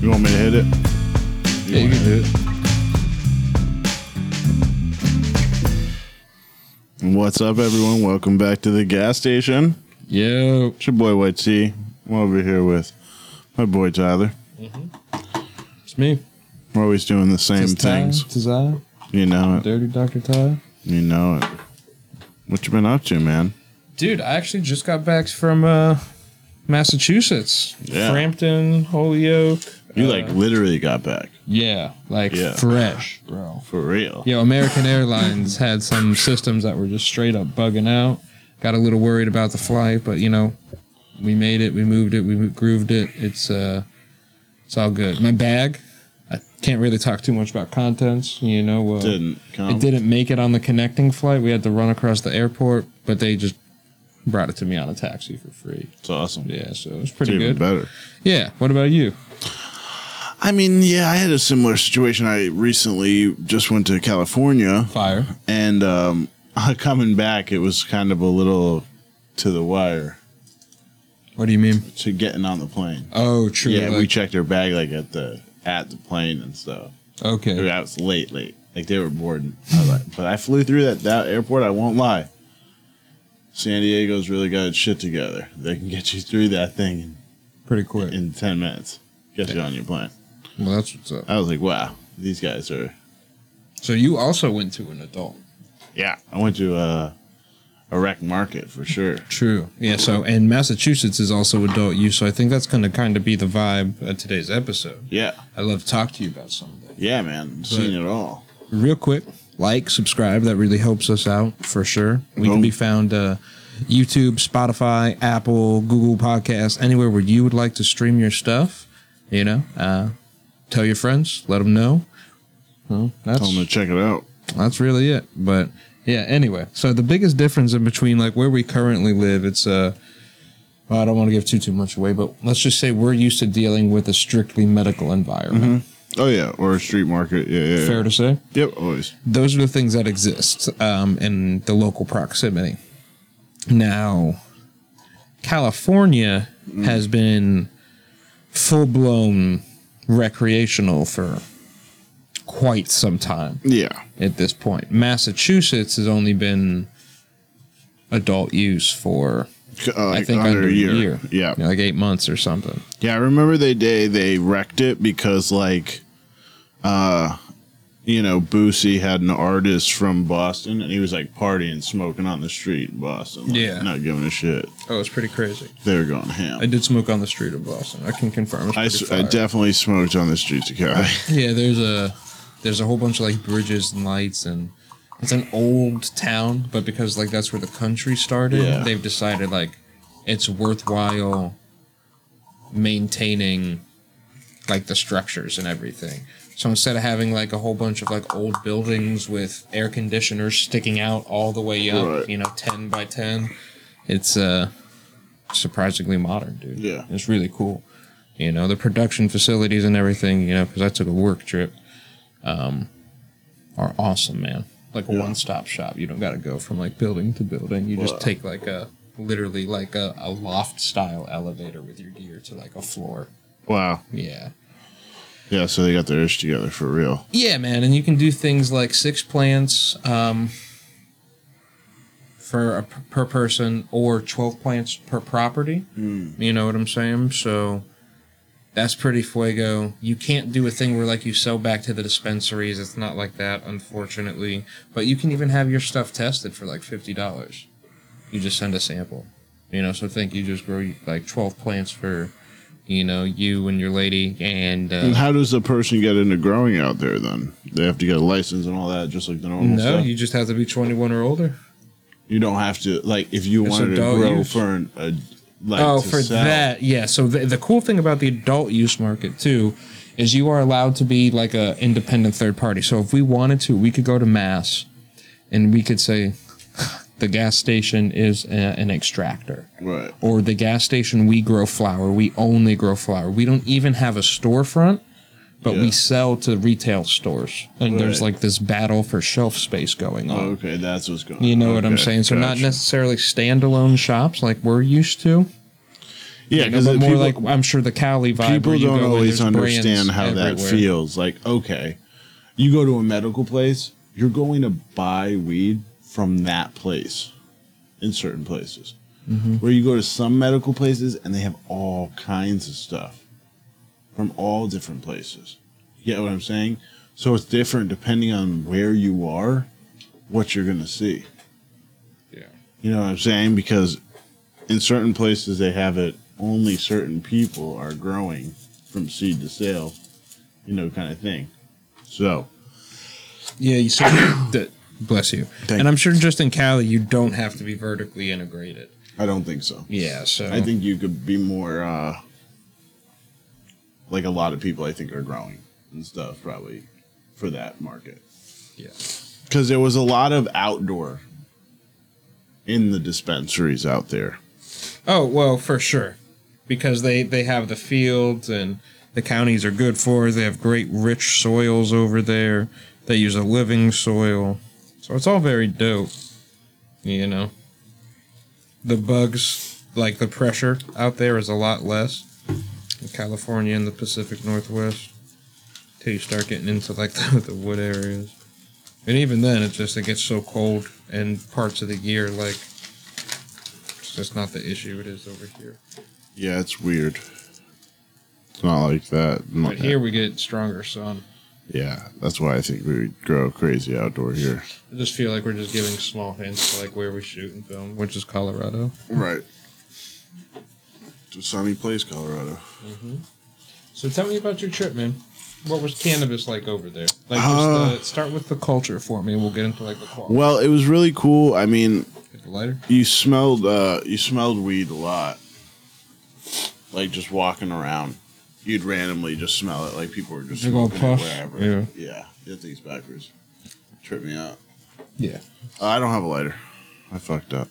You want me to hit it? Yeah, you can do it. What's up, everyone? Welcome back to the gas station. Yo, It's your boy White T. I'm over here with my boy Tyler. it's me. We're always doing the same Tis Ty, things. Tis I, You know it. Dirty Dr. Ty. You know it. What you been up to, man? Dude, I actually just got back from uh, Massachusetts. Yeah. Frampton, Holyoke. You uh, like literally got back Yeah, like Yeah. fresh, bro. for real. Yo, American Airlines had some systems that were just straight up bugging out. Got a little worried about the flight, but you know, we made it, we moved it, we mo- grooved it. It's uh, it's all good. My bag, I can't really talk too much about contents. You know, uh, Didn't come. it didn't make it on the connecting flight. We had to run across the airport, but they just brought it to me on a taxi for free. It's awesome. Yeah, so it was It's pretty even good. better. Yeah. What about you? I mean, yeah, I had a similar situation. I recently just went to California. Fire. and um, coming back, it was kind of a little to the wire What do you mean? to getting on the plane. Oh, true. yeah, we like- checked our bag like at the at the plane and stuff. okay. That was late, late. Like they were boarding. I was like, but I flew through that that airport. I won't lie. San Diego's really got its shit together. They can get you through that thing Pretty quick. in, in ten minutes. Get you on your plane. Well, that's what's up. I was like, wow, these guys are. So you also went to an adult. Yeah, I went to uh, a wreck market for sure. True. Yeah. So, and Massachusetts is also adult use. So I think that's going to kind of be the vibe of today's episode. Yeah, I'd love to talk to you about something. yeah, man, seen it all. real quick like subscribe that really helps us out for sure we can Boom. be found uh youtube spotify apple google Podcasts, anywhere where you would like to stream your stuff you know uh tell your friends let them know well, that's Tell them to check it out. that's really it but yeah anyway so the biggest difference in between like where we currently live it's uh well, I don't want to give too too much away, but let's just say we're used to dealing with a strictly medical environment. Oh yeah, or a street market. Yeah, yeah. yeah. Fair to say. Yep, always. those are the things that exist um, in the local proximity. Now, California has been full blown recreational for quite some time Yeah, at this point. Massachusetts has only been adult use for C- uh, I think under, a year, Yeah. yeah, like eight months or something. I remember the day they wrecked it because like, uh, you know, Boosie had an artist from Boston and he was like partying, smoking on the street in Boston. like, Yeah. not giving a shit. Oh, it's pretty crazy. They were going ham. I did smoke on the street of Boston. I can confirm. It's I, pretty s- I fire. definitely smoked on the streets of Cali. Yeah, there's a there's a whole bunch of like bridges and lights and it's an old town, but because like that's where the country started, Yeah. they've decided like it's worthwhile maintaining like the structures and everything. So instead of having like a whole bunch of like old buildings with air conditioners sticking out all the way up, Right. you know, ten by ten, it's uh surprisingly modern, dude. Yeah. It's really cool you know the production facilities and everything you know because i took a work trip um are awesome man like a one-stop shop you don't gotta go from like building to building you just take like a literally like a, a loft style elevator with your gear to like a floor wow. yeah Yeah, so they got their ish together for real. yeah man and you can do things like six plants um for a, p- per person or 12 plants per property You know what I'm saying? So that's pretty fuego. You can't do a thing where like you sell back to the dispensaries. It's not like that, unfortunately. But you can even have your stuff tested for like fifty dollars. You just send a sample. You know, so think you just grow like twelve plants for, you know, you and your lady and uh, And how does the person get into growing out there then? They have to get a license and all that, just like the normal no, stuff. you just have to be twenty one or older. You don't have to like if you It's wanted to adult grow use. for an a, like Oh, to for sell. that, yeah. So the, the cool thing about the adult use market too is you are allowed to be like a independent third party. So if we wanted to, we could go to mass, and we could say the gas station is a, an extractor, Right. or the gas station we grow flour. We only grow flour. We don't even have a storefront, but Yeah. we sell to retail stores. And there's Right. like this battle for shelf space going on. Okay, that's what's going. You Oh. know what I'm Okay, saying? So not gotcha. necessarily standalone shops like we're used to. Yeah, you know, 'cause but it- more people- like I'm sure the Cali vibe. where people you don't go and always there's brands understand how that everywhere. feels. Like, okay, you go to a medical place, you're going to buy weed from that place in certain places. Mm-hmm. Where you go to some medical places and they have all kinds of stuff from all different places. You get what I'm saying? So it's different depending on where you are, what you're going to see. Yeah. You know what I'm saying? Because in certain places they have it only certain people are growing from seed to sale, you know, kind of thing. So Yeah, you said that. Bless you. Thank- and I'm sure just in Cali, you don't have to be vertically integrated. I don't think so. Yeah, so I think you could be more uh like a lot of people I think are growing and stuff probably for that market. yeah, Cuz there was a lot of outdoor in the dispensaries out there. Oh well, for sure, because they they have the fields and the counties are good for. it. They have great rich soils over there. They use a living soil, so it's all very dope. You know, the bugs like the pressure out there is a lot less in California and the Pacific Northwest. Till you start getting into like the, the wood areas, and even then, it's just it gets so cold and parts of the year like it's just not the issue it is over here. Yeah, it's weird. It's not like that. But here we get stronger sun. Yeah, that's why I think we would grow crazy outdoor here. I just feel like we're just giving small hints to like where we shoot and film, which is Colorado. Right. It's a sunny place, Colorado. So tell me about your trip, man. What was cannabis like over there? Like, Uh, just the, start with the culture for me. and We'll get into like the quality. Well, it was really cool. I mean, Get the lighter. you smelled uh, you smelled weed a lot. Like just walking around, you'd randomly just smell it. Like people were just Big ol' smoking it puff, wherever. yeah. yeah. That thing's backwards. Trip me out. Yeah. Uh, I don't have a lighter. I fucked up.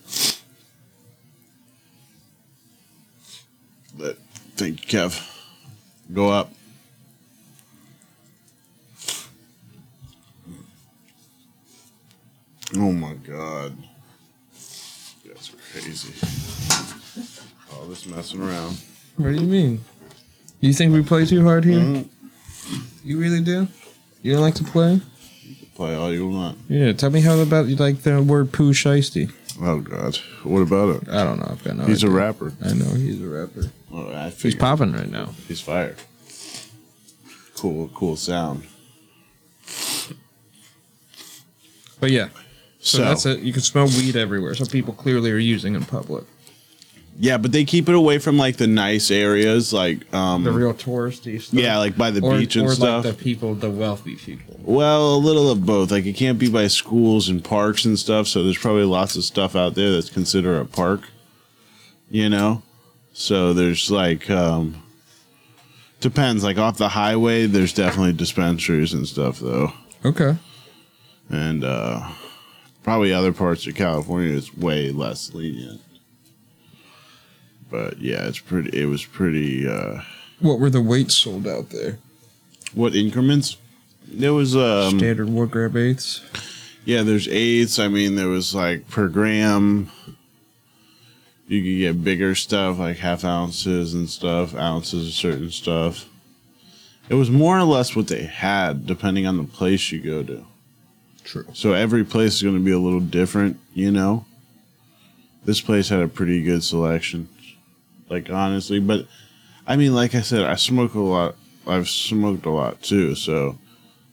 But thank you, Kev. Go up. Oh my god. That's crazy. All this messing around. What do you mean? You think we play too hard here? Mm-hmm. You really do? You don't like to play? Play all you want. Yeah. Tell me how about you like the word poo shiesty? Oh god. What about it? I don't know. I've got no. He's a idea. rapper. I know he's a rapper. Oh, I He's figured. popping right now. He's fire. Cool, cool sound. But yeah, So so that's it. You can smell weed everywhere. So people clearly are using in public. Yeah, but they keep it away from like the nice areas, like um, The real touristy stuff. yeah, like by the beach and or stuff. Like the people, the wealthy people. well, a little of both. Like it can't be by schools and parks and stuff. So there's probably lots of stuff out there that's considered a park. You know, so there's like um, depends. Like off the highway, there's definitely dispensaries and stuff though, Okay. and uh, probably other parts of California is way less lenient. But yeah, it's pretty. It was pretty. Uh, What were the weights sold out there? What increments? There was um Standard wood grab eighths. yeah, there's eighths. I mean, there was like per gram. You could get bigger stuff like half ounces and stuff, ounces of certain stuff. It was more or less what they had, depending on the place you go to. True. So every place is going to be a little different, you know. This place had a pretty good selection, like honestly. But I mean, like I said, I smoke a lot. I've smoked a lot too, so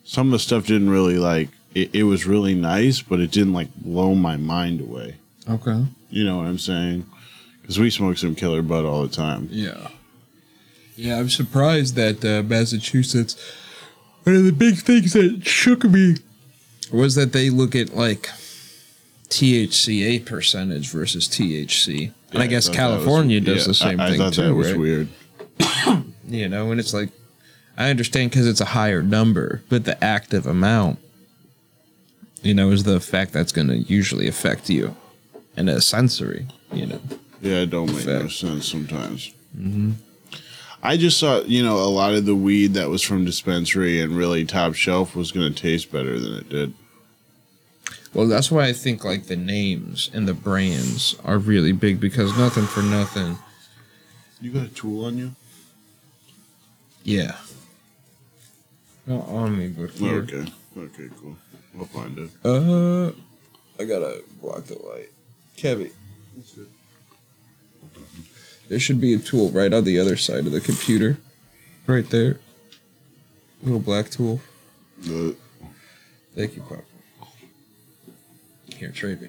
some of the stuff didn't really like. It, it was really nice, but it didn't like blow my mind away. Okay. You know what I'm saying? Because we smoke some killer bud all the time. Yeah. Yeah, I'm surprised that uh, Massachusetts. One of the big things that shook me was that they look at like THCA percentage versus THC, and I Yeah, guess thought that California was- does yeah, the same I, I thing thought too. that was right? weird. you know and it's like i understand because it's a higher number but the active amount you know is the effect that's going to usually affect you in a sensory you know Yeah, it don't make no Fact. sense sometimes. Mm-hmm. I just saw, you know, a lot of the weed that was from dispensary and really top shelf was going to taste better than it did. well that's why i think like the names and the brands are really big because nothing for nothing You got a tool on you? Yeah. Not on me, but here. Oh, Okay. Okay, cool. I'll find it. Uh, I gotta block the light. Kevy, there should be a tool right on the other side of the computer, right there. Little black tool. Uh, Thank you, Pop. Here, trade me.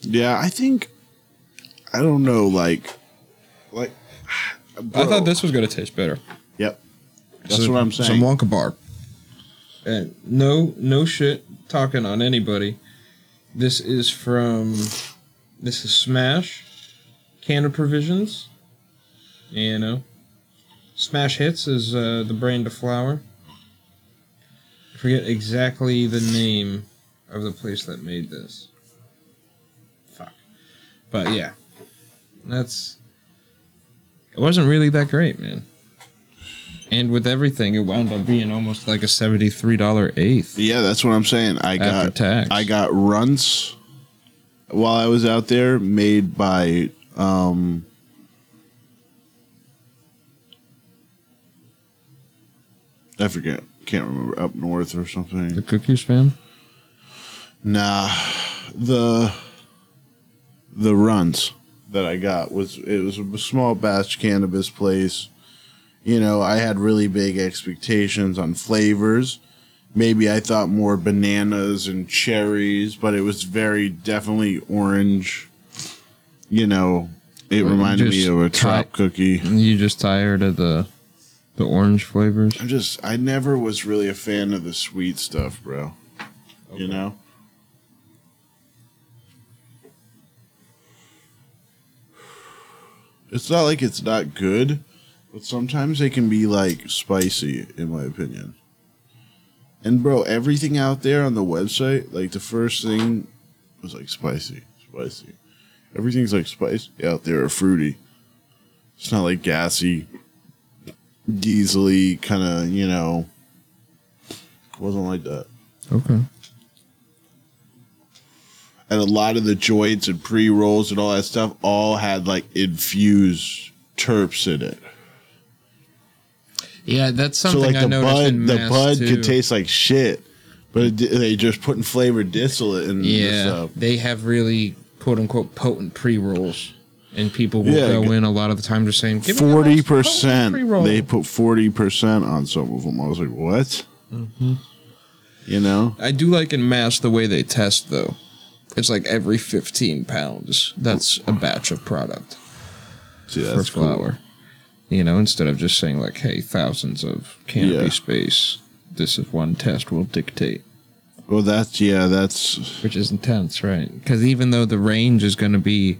yeah, I think. I don't know, like. Like. I bro. thought this was gonna taste better. Yep. That's Some- what I'm Some saying. Wonka bar. And no, no shit talking on anybody. This is from. This is Smash, Canada Provisions. You know, Smash Hits is uh, the brand of flour. I forget exactly the name of the place that made this. Fuck. But yeah, that's. It wasn't really that great, man. And with everything, it wound up being almost like a seventy-three dollar eighth yeah, that's what I'm saying. I after got. tax. I got runts while I was out there made by um I forget. Can't remember up north or the something. cookie spam. Nah. The the runs that I got was it was a small batch cannabis place. You know, I had really big expectations on flavors. Maybe I thought more bananas and cherries, but it was very definitely orange. You know, it Well, you reminded me just of a ti- trop cookie. You just tired of the the orange flavors? I'm just I never was really a fan of the sweet stuff, bro. You know? It's not like it's not good, but sometimes they can be like spicy, in my opinion. And bro, everything out there on the website, like the first thing was like spicy, spicy. Everything's like spicy out there or fruity. It's not like gassy, diesely kind of, you know. Wasn't like that. Okay. and a lot of the joints and pre rolls and all that stuff all had like infused terps in it. Yeah, that's something so like I the noticed bud, in the Mass bud too. could taste like shit, but it, di- they just putting flavored distillate uh, in Yeah, yeah. stuff. they have really quote unquote potent pre rolls, and people will Yeah, go g- in a lot of the time just saying "Give me the Forty most potent percent. pre-roll." They put forty percent on some of them. I was like, what? Mm-hmm. You know, I do like in mass the way they test though. It's like every fifteen pounds. That's a batch of product. see for that's cool. flour. You know, instead of just saying like, "Hey, thousands of canopy Yeah. space. This is one test will dictate," Well, that's yeah, that's. which is intense, right? Because even though the range is going to be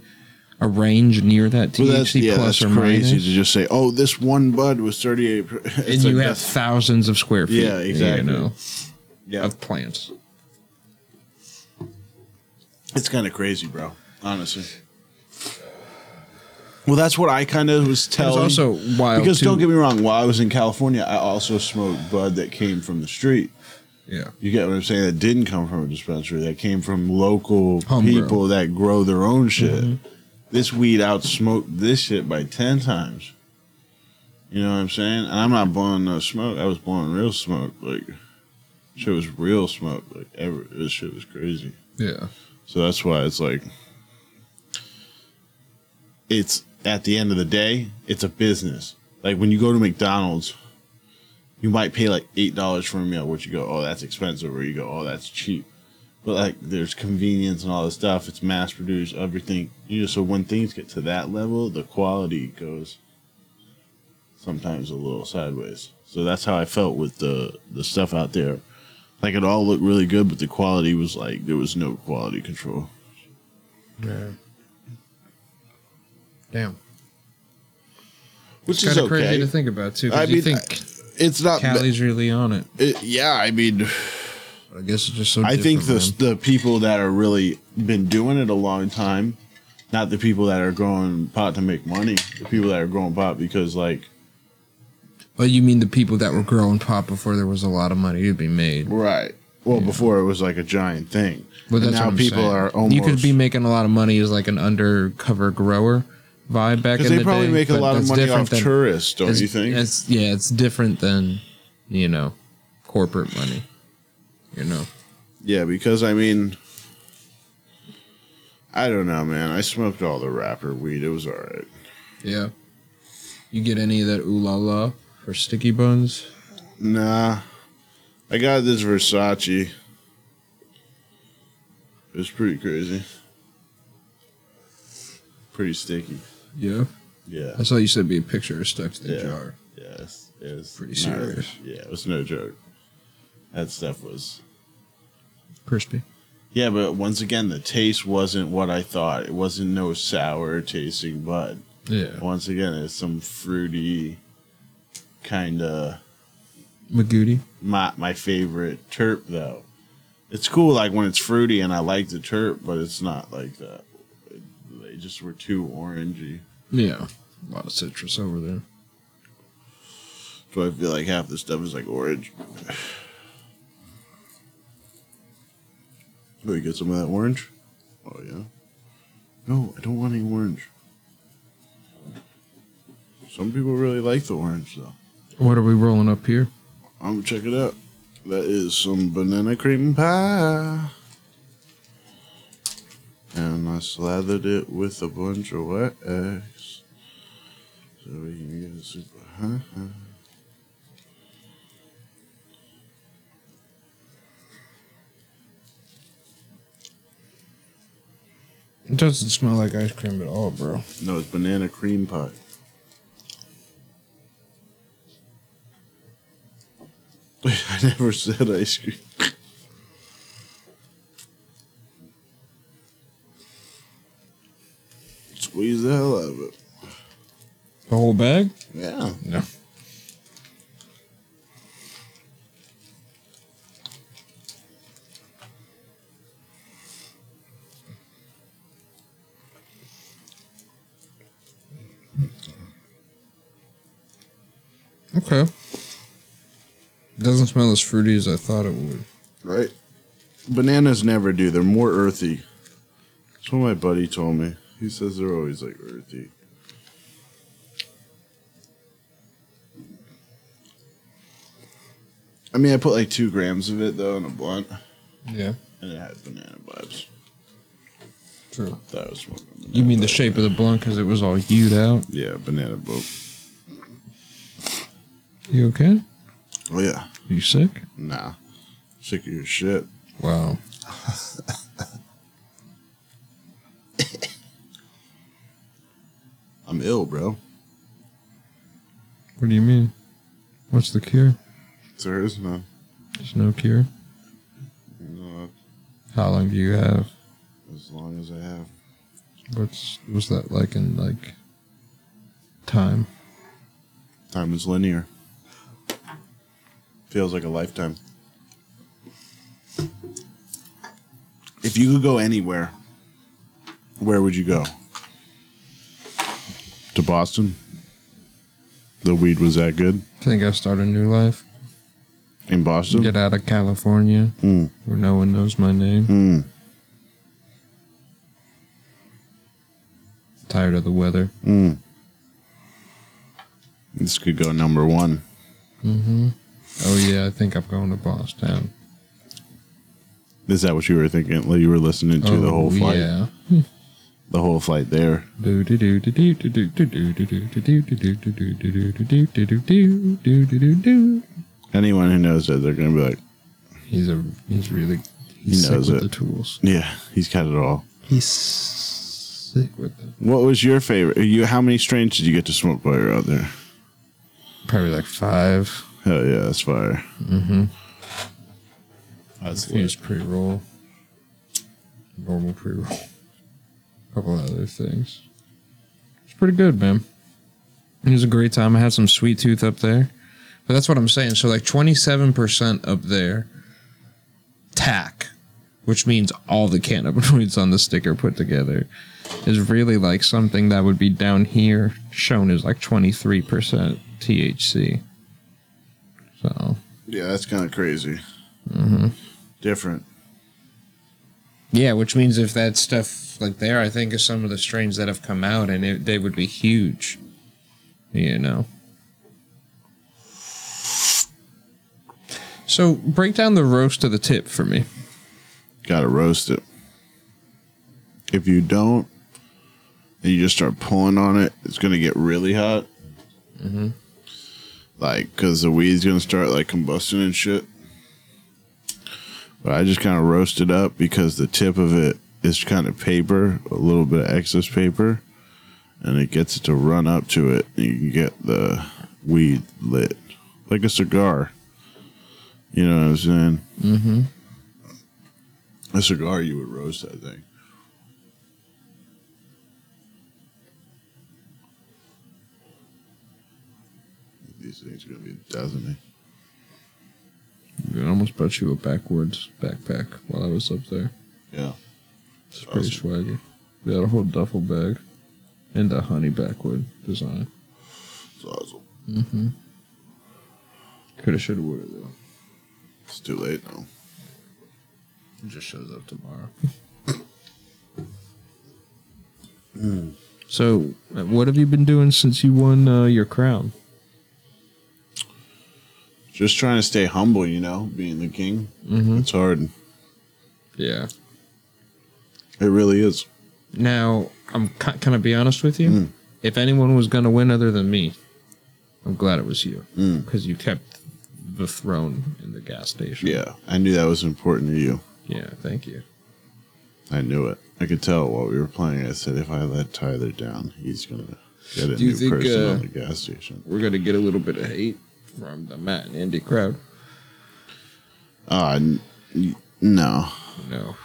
a range near that THC Well, that's yeah, plus that's or crazy minus, to just say, oh, this one bud was thirty eight. and you have thousands of square feet, Yeah, exactly. you know, yeah, of plants. It's kind of crazy, bro. Honestly. Well, that's what I kind of was It's telling. also wild because too. don't get me wrong, while I was in California, I also smoked bud that came from the street. yeah, You get what I'm saying? That didn't come from a dispensary. That came from local Homegrown. people that grow their own shit. Mm-hmm. This weed outsmoked this shit by ten times. You know what I'm saying? And I'm not blowing no smoke. I was blowing real smoke. Like shit was real smoke. Like ever, this shit was crazy. yeah, So that's why it's like it's at the end of the day, it's a business. Like when you go to McDonald's, you might pay like eight dollars for a meal, which you go, Oh, that's expensive, or you go, Oh, that's cheap. But like there's convenience and all this stuff, it's mass produced, everything. You know, so when things get to that level, the quality goes sometimes a little sideways. So that's how I felt with the the stuff out there. Like it all looked really good, but the quality was like there was no quality control. yeah. Damn, Which it's is kind of crazy okay. to think about too. I Because you mean, think It's not. ba- Cali's really on it. it- yeah, I mean, I guess it's just so. I think the different, man. the people that are really been doing it a long time, not the people that are growing pot to make money. The people that are growing pot because like But you mean the people that were growing pot before there was a lot of money to be made? right, Well, before it was like a giant thing. But And that's now what I'm people saying. are almost. You could be making a lot of money as like an undercover grower vibe back because in the day. they probably make a but lot of that's money different off than- tourists, don't it's- you think? It's, yeah, it's different than you know corporate money. You know, Yeah, because I mean, I don't know, man. I smoked all the wrapper weed. It was all right. yeah. You get any of that ooh la la for sticky buns? Nah, I got this Versace. It was pretty crazy. Pretty sticky. Yeah, Yeah. I saw you sent me a picture stuck to the Yeah. jar. Yes. It was Pretty not- serious. Yeah, it was no joke. That stuff was. Crispy. Yeah, but once again, the taste wasn't what I thought. It wasn't no sour tasting bud. Yeah, Once again, it's some fruity kind of Magooty. my my favorite terp though. It's cool like when it's fruity and I like the terp, but it's not like that. They just were too orangey. Yeah, a lot of citrus over there. So I feel like half the stuff is like orange. Oh, you get some of that orange? Oh yeah. No, I don't want any orange. Some people really like the orange though. What are we rolling up here? I'm gonna check it out. That is some banana cream pie. And I slathered it with a bunch of wet eggs. So we can get super high. It doesn't smell like ice cream at all, bro. No, it's banana cream pie. I never said ice cream. Squeeze the hell out of it. The whole bag? Yeah. No. Okay. Doesn't smell as fruity as I thought it would. Right. Bananas never do. They're more earthy. That's what my buddy told me. He says they're always like earthy. I mean, I put like two grams of it though in a blunt, Yeah, and it had banana vibes. true. That was one. of them. You mean the shape of the blunt because it was all hewed out? Yeah, banana boat. You okay? Oh yeah, You sick? nah, sick of your shit. Wow. I'm ill, bro. What do you mean? What's the cure? There is no. There's no cure. no How long do you have? as long as I have. What's was that like in like time? Time is linear. Feels like a lifetime. If you could go anywhere, where would you go? To Boston? The weed was that good I think I start a new life. in Boston? Get out of California Mm. where no one knows my name. Mm. Tired of the weather. Mm. This could go number one. Oh yeah, I think I'm going to Boston. Is that what you were thinking? Like, You were listening to oh, the whole flight, Yeah. the whole flight there. Do do do do do do do do do do do do do do do do do do do do do do do do do. Anyone who knows that, they're gonna be like, He's a he's really he's sick knows with it. the tools. "Yeah, he's got it all." He's sick with it. What was your favorite? You how many strains did you get to smoke while you're out there? Probably like five. Hell yeah, that's fire. Mm-hmm. That's Use pre roll, normal pre roll, couple other things. It's pretty good, man. It was a great time. I had some sweet tooth up there, but that's what I'm saying. So like 27 percent up there, tack, which means all the cannabinoids on the sticker put together, is really like something that would be down here shown as like 23 percent THC. So Mm-hmm. yeah, that's kind of crazy. Different. Yeah, which means if that stuff like there, I think of some of the strains that have come out, and it, they would be huge. You know. So break down the roast to the tip for me. Gotta roast it. If you don't, and you just start pulling on it, it's gonna get really hot. Mm-hmm. Like, cause the weed's gonna start like combusting and shit. But I just kind of roast it up because the tip of it is kind of paper, a little bit of excess paper, and it gets it to run up to it. And you can get the weed lit like a cigar. You know what I'm saying? Mm-hmm. A cigar, you would roast that thing. These things are gonna be doesn't I almost brought you a backwards backpack while I was up there. they? Yeah. It's pretty swaggy. We had a whole duffel bag and a honey backwood design. It's awesome. Could have, should have, would have though. It's too late now. It just shows up tomorrow. So, uh, what have you been doing since you won uh, your crown? Just trying to stay humble, you know, being the king. Mhm. It's hard. Yeah. It really is. Now, I'm ca- can I be honest with you? Mm. If anyone was going to win other than me, I'm glad it was you Mm. because you kept the throne in the gas station. Yeah, I knew that was important to you. Yeah. Thank you. I knew it. I could tell while we were playing. I said, if I let Tyler down, he's gonna get a Do you new think, person uh, on the gas station. We're gonna get a little bit of hate from the Matt and Andy crowd. Uh, n- y- no, No.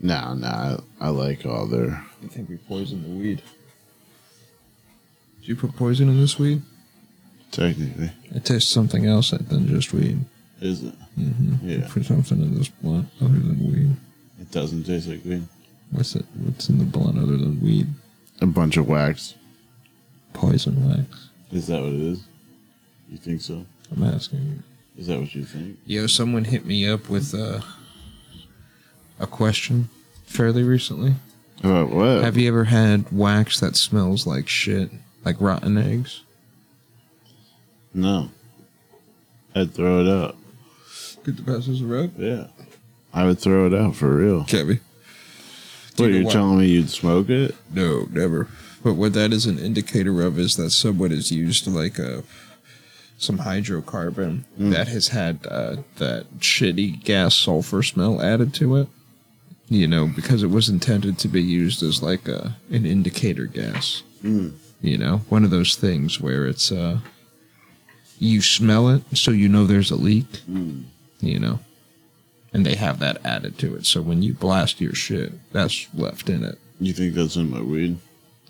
no, no. I, I like all their. I think we poisoned the weed. Did you put poison in this weed? Technically, It tastes something else than just weed. is it? Mm-hmm. Yeah. For something in this blunt other than weed. It doesn't taste like weed. What's it? What's in the blunt other than weed? A bunch of wax. Poison wax. Is that what it is? You think so? I'm asking you. Is that what you think? Yo, someone hit me up with uh, a question fairly recently. About what? Have you ever had wax that smells like shit, like rotten eggs? no. I'd throw it out. Get the passes around. Yeah. I would throw it out for real. Kevy. What, Take a you're while. telling me you'd smoke it? No, never. But what that is an indicator of is that someone has used like a some hydrocarbon that has had uh, that shitty gas sulfur smell added to it. You know, because it was intended to be used as like a an indicator gas. You know, one of those things where it's uh you smell it so you know there's a leak. You know. And they have that added to it. So when you blast your shit, that's left in it. You think that's in my weed?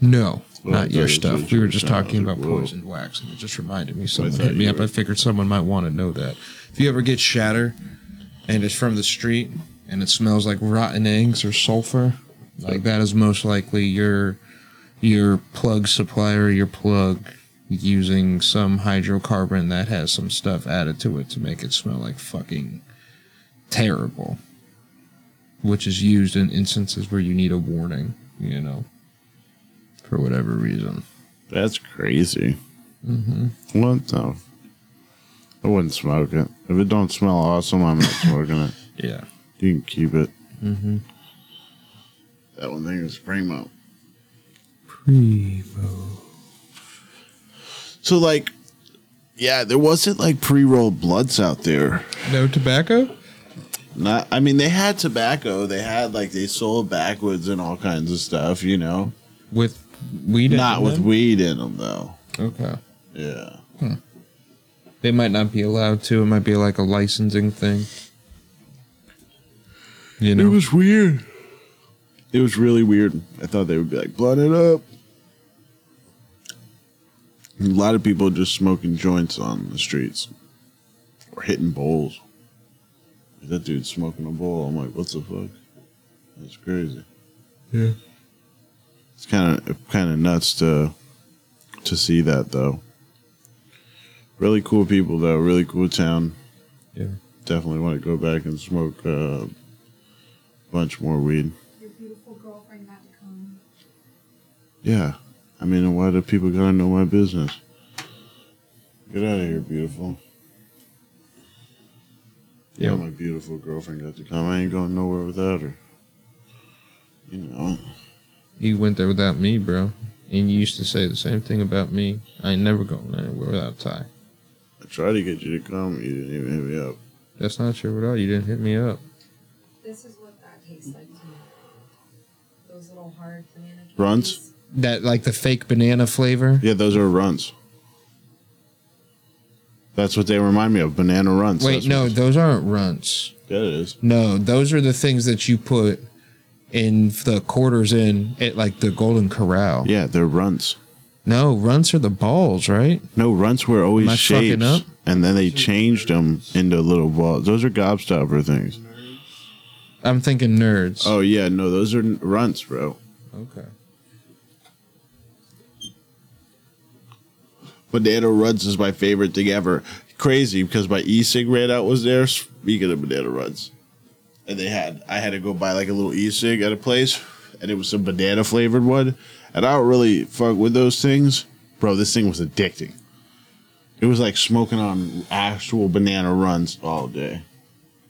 No, Well, I not your thought it stuff. was we were just original. talking about Whoa. poisoned wax, and it just reminded me. Someone thought hit me you up. were- I figured someone might want to know that. If you ever get shatter, and it's from the street, and it smells like rotten eggs or sulfur, like that is most likely your your plug supplier, your plug using some hydrocarbon that has some stuff added to it to make it smell like fucking terrible. Which is used in instances where you need a warning, you know, for whatever reason. That's crazy. Mm-hmm. What the? I wouldn't smoke it. If it don't smell awesome, I'm not smoking it. Yeah. You can keep it. Mm-hmm. That one thing is primo. So like, yeah, there wasn't like pre-rolled bloods out there. No tobacco? Not, I mean, they had tobacco. They had like they sold backwoods and all kinds of stuff. You know, With weed? in not with them? weed in them though. Okay. Yeah, They might not be allowed to. It might be like a licensing thing. You know? was weird. It was really weird. I thought they would be like blunt it up. A lot of people just smoking joints on the streets or hitting bowls. Like, that dude's smoking a bowl. I'm like, what the fuck? That's crazy. yeah. It's kind of kind of nuts to to see that though. Really cool people though. Really cool town. Yeah. definitely want to go back and smoke uh, a bunch more weed. Your beautiful girlfriend got to come. Yeah. I mean, why do people gotta know my business? Get out of here, beautiful. Yeah, Yep. my beautiful girlfriend got to come. I ain't going nowhere without her. You know. You went there without me, bro. And you used to say the same thing about me. I ain't never going anywhere without Ty. I tried to get you to come. You didn't even hit me up. That's not true at all. You didn't hit me up. This is what that tastes like to me. Those little hard banana candies. Runs? That like the fake banana flavor. Yeah, those are runs. That's what they remind me of. Banana runs. Wait, That's no, what- those aren't runts. yeah, it is. No, those are the things that you put in the quarters in at like the Golden Corral. Yeah, they're runts. No, runts are the balls, right? No, runts were always Am I fucking shapes, up? and then they changed them into little balls. Those are gobstopper things. I'm thinking nerds. Oh yeah, no, those are n- runts, bro. okay. Banana runs is my favorite thing ever. Crazy because my e-cig ran out was there. Speaking of banana runs, and they had I had to go buy like a little e-cig at a place, and it was some banana flavored one, and I don't really fuck with those things, bro. This thing was addicting. It was like smoking on actual banana runs all day.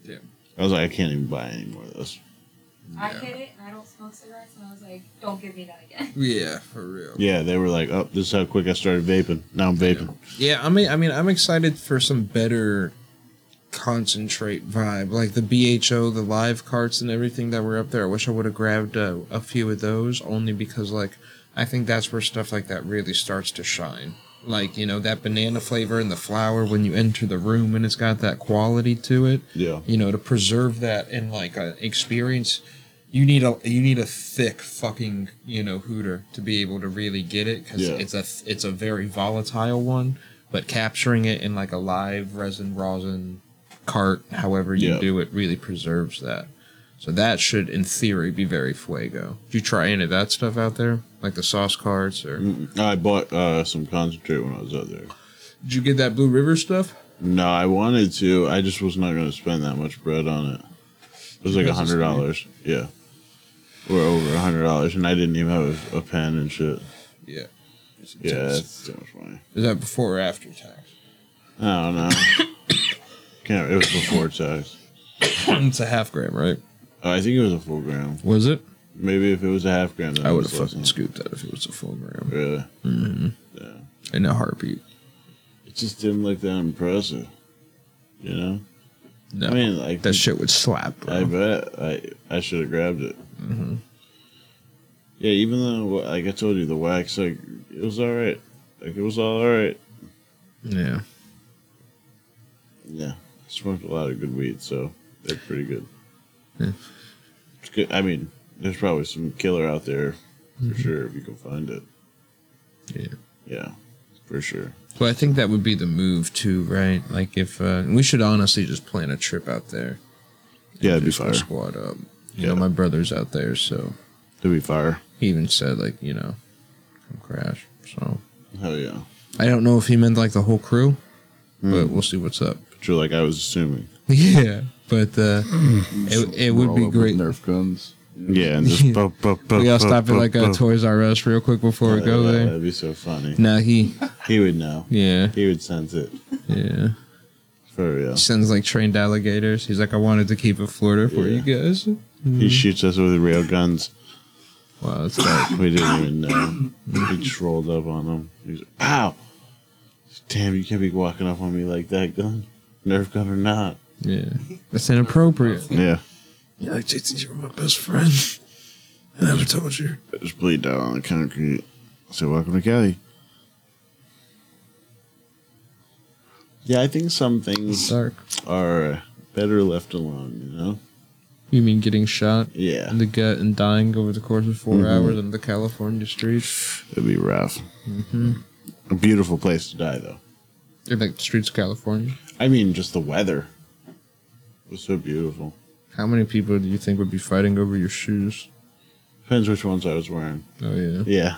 Yeah. I was like, I can't even buy any more of those. I hit it and I don't smoke cigarettes, and I was like, don't give me that again. Yeah, for real. Yeah, they were like, "Oh, this is how quick I started vaping. Now I'm vaping." Yeah, I mean, I mean, I'm excited for some better concentrate vibe, like the BHO, the live carts, and everything that were up there. I wish I would have grabbed uh, a few of those, only because like I think that's where stuff like that really starts to shine. Like you know that banana flavor and the flower when you enter the room, and it's got that quality to it. Yeah, You know, to preserve that in like an experience, you need a you need a thick fucking you know hooter to be able to really get it because Yeah. it's a it's a very volatile one. But capturing it in like a live resin rosin cart, however you Yeah. do it, really preserves that. So that should, in theory, be very fuego. Did you try any of that stuff out there, like the sauce carts, or Mm, I bought uh, some concentrate when I was out there. did you get that Blue River stuff? No, I wanted to. I just was not going to spend that much bread on it. It was like a Because it's hundred dollars. Yeah, we're over a hundred dollars, and I didn't even have a, a pen and shit. Yeah. Yeah, that's too much money. Is that before or after tax? I don't know. Can't. It was before tax. it's a half gram, right? Oh, I think it was a full gram. Was it? Maybe if it was a half gram, then it I would have was less than fucking that. scooped that if it was a full gram. Really? Mm-hmm. Yeah. In a heartbeat. It just didn't look that impressive. You know. No. I mean, like that shit would slap, I bro. bet I I should have grabbed it. Yeah, even though like I told you, the wax like it was all right. Like it was all right. Yeah. Yeah, smoked a lot of good weed, so they're pretty good. Yeah. It's good. I mean, there's probably some killer out there for sure if you can find it. Yeah. Mm-hmm. Yeah, for sure. But I think that would be the move, too, right? Like, if uh, we should honestly just plan a trip out there. Yeah, it'd be Just go fire. Squad up. Yeah. You know, my brother's out there, so It'd be fire. he even said, like, you know, come crash. So Hell yeah. I don't know if he meant like the whole crew, Hmm. but we'll see what's up. But you're like I was assuming. Yeah. But uh, it, it would Roll be up with great. Nerf guns. Yeah, and just bu- bu- bu- We all bu- stop at bu- like a bu- Toys R Us real quick before we go Yeah, there. That'd be so funny. Nah, he, He would know. yeah, He would sense it. yeah. For real. Sends like trained alligators. He's like, I wanted to keep it Florida for Yeah. you guys. He shoots us with real guns. Wow, that's like, We didn't even know. We just rolled up on him. He's like, ow! Damn, you can't be walking up on me like that, gun. Nerf gun or not. yeah, that's inappropriate. Yeah. Yeah, like Jason, you're my best friend. I never told you. I just bleed down on the concrete. I said, welcome to Cali. Yeah, I think some things Dark. are better left alone, you know? You mean getting shot Yeah. in the gut and dying over the course of 4 Mhm. hours on the California streets? It'd be rough. A beautiful place to die, though. Or like the streets of California? I mean, just the weather was so beautiful. How many people do you think would be fighting over your shoes? Depends which ones I was wearing. Oh yeah. Yeah.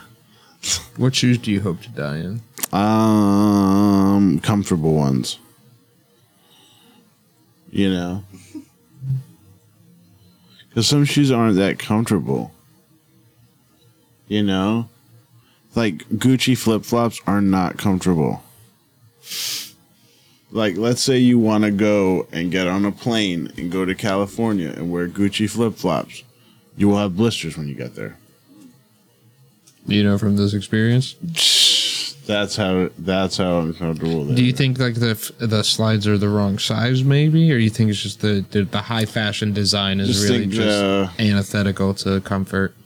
What shoes do you hope to die in? Um, comfortable ones. you know? Because some shoes aren't that comfortable, you know? Like Gucci flip flops are not comfortable. Like, let's say you want to go and get on a plane and go to California and wear Gucci flip flops. You will have blisters when you get there. You know, from this experience. That's how. That's how uncomfortable. They Do you are. think like the f- the slides are the wrong size, maybe, or you think it's just the the, the high fashion design is Just really think, just uh, antithetical to comfort?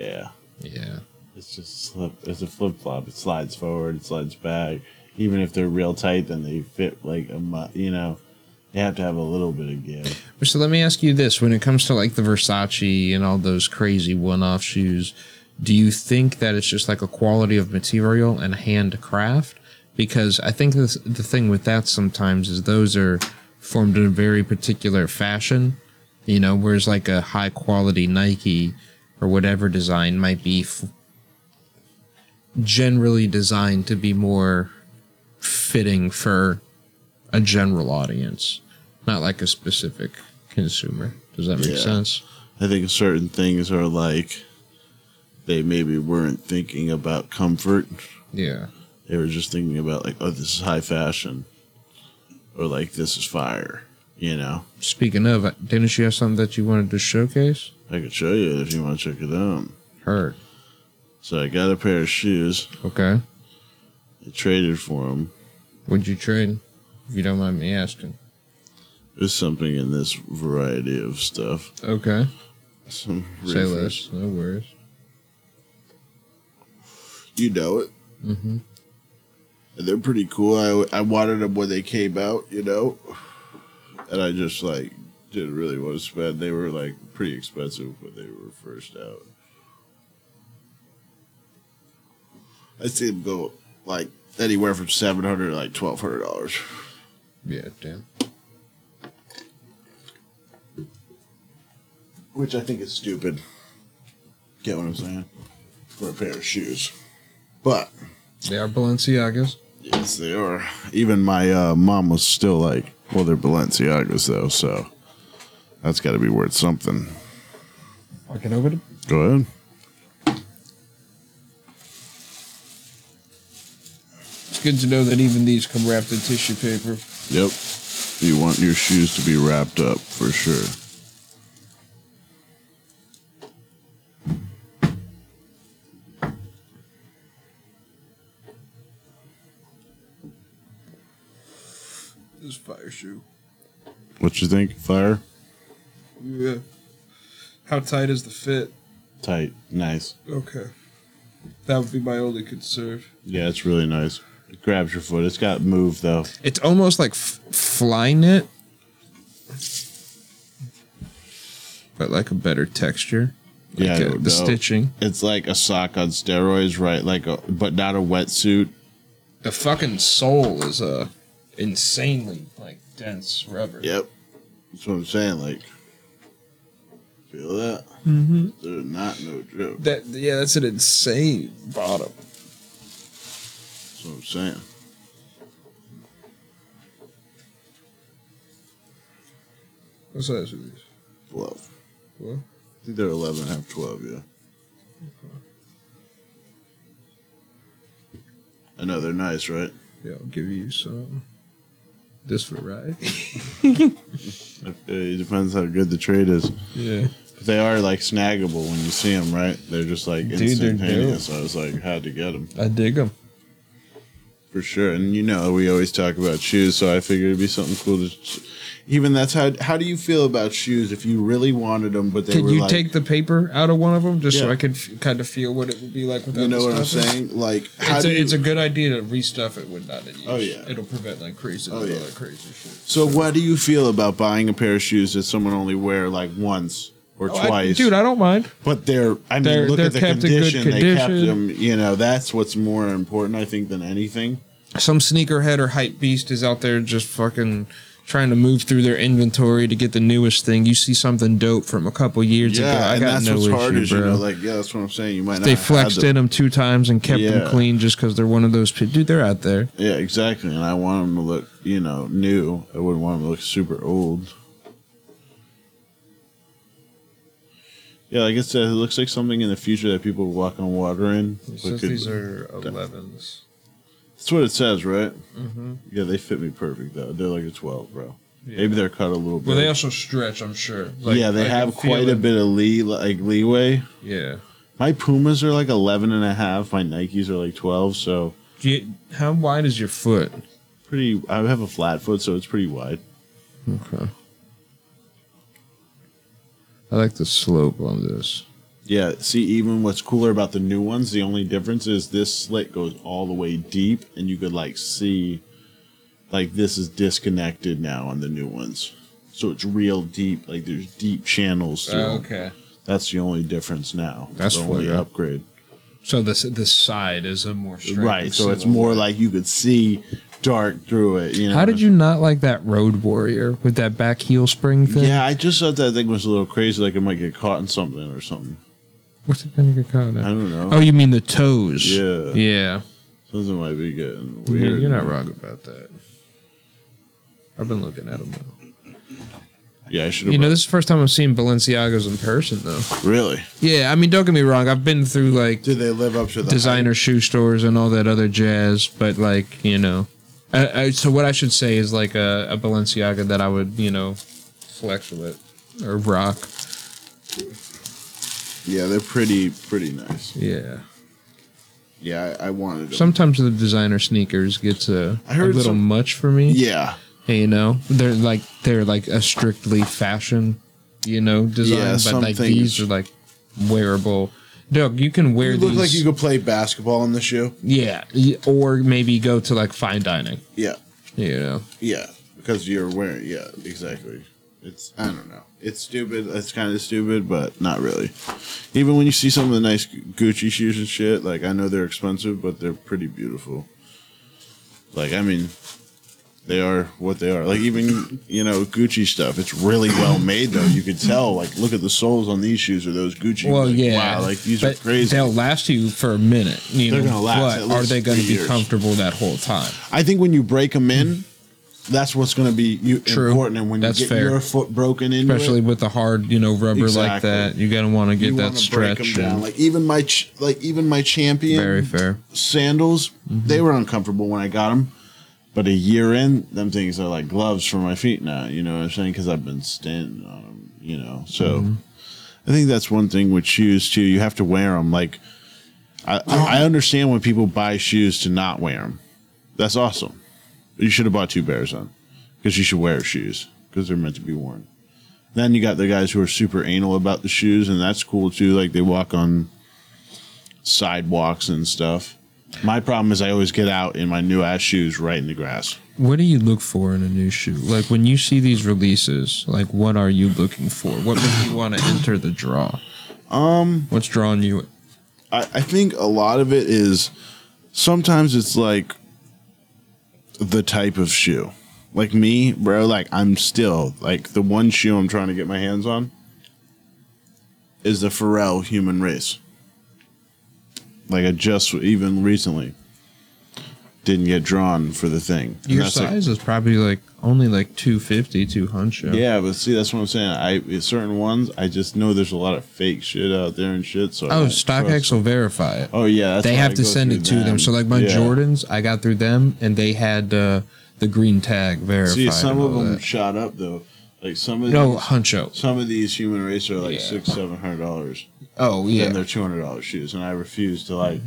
Yeah. Yeah. It's just slip. It's a flip flop. It slides forward. It slides back. Even if they're real tight, then they fit like a mu- you know. They have to have a little bit of give. So let me ask you this: When it comes to like the Versace and all those crazy one-off shoes, do you think that it's just like a quality of material and handcraft? Because I think this, the thing with that sometimes is those are formed in a very particular fashion, you know. Whereas like a high-quality Nike or whatever design might be f- generally designed to be more fitting for a general audience, not like a specific consumer. Does that make Yeah. sense? I think certain things are like they maybe weren't thinking about comfort. Yeah. They were just thinking about like, oh, this is high fashion, or like this is fire. You know, Speaking of, didn't you have something that you wanted to showcase? I could show you if you want to check it out. Her. So I got a pair of shoes. Okay. I traded for them. Would you trade? If you don't mind me asking. There's something in this variety of stuff. Okay. Some Say reference. less. No worries. You know it. Mm-hmm. They're pretty cool. I, I wanted them when they came out, you know, and I just like didn't really want to spend. They were like pretty expensive when they were first out. I see them go like anywhere from seven hundred to like twelve hundred dollars. Yeah, damn. which I think is stupid. Get what I'm saying? For a pair of shoes. But They are Balenciagas. yes, they are. Even my uh, mom was still like, "Well, they're Balenciagas though, so that's got to be worth something." Fucking over to Go ahead. It's good to know that even these come wrapped in tissue paper. Yep. You want your shoes to be wrapped up for sure. This fire shoe. What you think? Fire? Yeah. How tight is the fit? Tight. Nice. Okay. That would be my only concern. Yeah, it's really nice. It grabs your foot. It's got move though. It's almost like f- fly knit, but like a better texture. Like Yeah, uh, I the don't know. stitching. It's like a sock on steroids, right? Like, a, but not a wetsuit. The fucking sole is uh, insanely like dense rubber. Yep. That's what I'm saying. Like, feel that? Mm-hmm. They're not no joke. That yeah, that's an insane bottom. That's what I'm saying. What size are these? 12. Well, I think they're 11 half 12, yeah. I know they're nice, right? yeah, I'll give you some. This for a ride. It- It depends how good the trade is. yeah. But they are like snaggable when you see them, right? They're just like they're dope. instantaneous. I was like, had to get them I dig them. for sure. And you know, we always talk about shoes, so I figured it'd be something cool to. Even that's how. How do you feel about shoes if you really wanted them, but they Can were you like, take the paper out of one of them just so Yeah. I could f- kind of feel what it would be like without? You know the what I'm stuffing? saying? Like, how It's do a, you, it's a good idea to restuff it with not in use. Oh, yeah. it'll prevent like crazy, Oh, all yeah. that crazy shit. so what do you feel about buying a pair of shoes that someone only wear like once or Oh, I- twice? dude, I don't mind. but they're I mean, They're- look they're at the kept in good condition. They kept condition. them. You know, that's what's more important, I think, than anything. Some sneakerhead or hype beast is out there just fucking trying to move through their inventory to get the newest thing. You see something dope from a couple years ago. Yeah, I and got that's no what's issue, hard is you bro. know, like yeah, that's what I'm saying. You might not they have had flexed the- in them two times and kept Yeah. them clean just because they're one of those. pe- Dude, they're out there. Yeah, exactly. And I want them to look, you know, new. I wouldn't want them to look super old. Yeah, like I said, it looks like something in the future that people walk on water in. But could- these are 11s. that's what it says, right? Mm-hmm. Yeah, they fit me perfect though. They're like a twelve, bro. Maybe they're cut a little bit. Well, they also stretch, I'm sure. yeah, they I can have feel quite a it. bit of lee like leeway. Yeah. My Pumas are like 11 and a half. My Nikes are like 12, so Do you- how wide is your foot? pretty. I have a flat foot, so it's pretty wide. Okay. I like the slope on this. Yeah, see, even what's cooler about the new ones, the only difference is this slit goes all the way deep, and you could like see, like this is disconnected now on the new ones, so it's real deep. Like there's deep channels. Through. Oh, them. okay. That's the only difference now. It's That's the only flagrant. upgrade, So this this side is a more straight right? So it's more like you could see dark through it. You know. How did you not like that Road Warrior with that back heel spring thing? Yeah, I just thought that thing was a little crazy. Like it might get caught in something or something. What's it gonna get called? I don't know. Oh, you mean the toes? Yeah. Yeah. Something might be getting Yeah, weird. You're not wrong about that. I've been looking at them. Though. Yeah, I should have. You know, this is the first time I've seen Balenciagos in person, though. really? Yeah, I mean, don't get me wrong. I've been through like Do they live up to the designer shoe stores and all that other jazz, but like you know, I, I, so what I should say is like a, a Balenciaga that I would you know flex with it or rock. Yeah, they're pretty pretty nice. Yeah. Yeah, I, I wanted them. Sometimes the designer sneakers gets a, I heard a little some- much for me. yeah, Hey, you know, they're like they're like a strictly fashion, you know, design, Yeah, but some like things- these are like wearable. Doug, you can wear you these. look like you could play basketball in the shoe. yeah, y- or maybe go to like fine dining. Yeah, You know, yeah, because you're wearing. Yeah, exactly. It's I don't know. It's stupid. It's kind of stupid, but not really. Even when you see some of the nice Gucci shoes and shit, like I know they're expensive, but they're pretty beautiful. Like I mean, they are what they are. Like even you know Gucci stuff. It's really well made though. You could tell. Like look at the soles on these shoes. Are those Gucci? well, Like, yeah, Wow, like these but are crazy. They'll last you for a minute. You They're know, gonna last at but are least they going to three be years. comfortable that whole time? I think when you break them in, that's what's going to be you, True. important. And when That's you get fair. your foot broken into Especially it, with the hard, you know, rubber like Exactly. that, you're going to want to get you that wanna break stretch. 'em down. and- Like even my ch- like even my champion very fair. Mm-hmm. sandals, they were uncomfortable when I got them. But a year in, them things are like gloves for my feet now. You know what I'm saying? Because I've been standing on them. You know, so Mm-hmm. I think that's one thing with shoes too. You have to wear them. Like I, I Oh. I understand when people buy shoes to not wear them. That's awesome. You should have bought two pairs then, because you should wear shoes because they're meant to be worn. Then you got the guys who are super anal about the shoes, and that's cool too. Like they walk on sidewalks and stuff. My problem is I always get out in my new ass shoes right in the grass. What do you look for in a new shoe? Like when you see these releases, like what are you looking for? What makes you want to enter the draw? Um, what's drawing you? I, I think a lot of it is sometimes it's like the type of shoe. Like me, bro, like I'm still like the one shoe I'm trying to get my hands on is the Pharrell human race. Like I just even recently didn't get drawn for the thing. And Your that's, like, size is probably like only like 250, 200. Yeah, but see, that's what I'm saying. I certain ones, I just know there's a lot of fake shit out there and shit. So I Oh, don't StockX trust- will verify it. Oh yeah, that's they why I have to go send it to through them. So like my Yeah. Jordans, I got through them, and they had uh, the green tag verified. See, some and of all them that. shot up though. Like some of No, these, huncho. some of these human race are like Yeah. six, seven hundred dollars. Oh Yeah. yeah. Mm-hmm. Then they're two hundred dollars shoes, and I refuse to like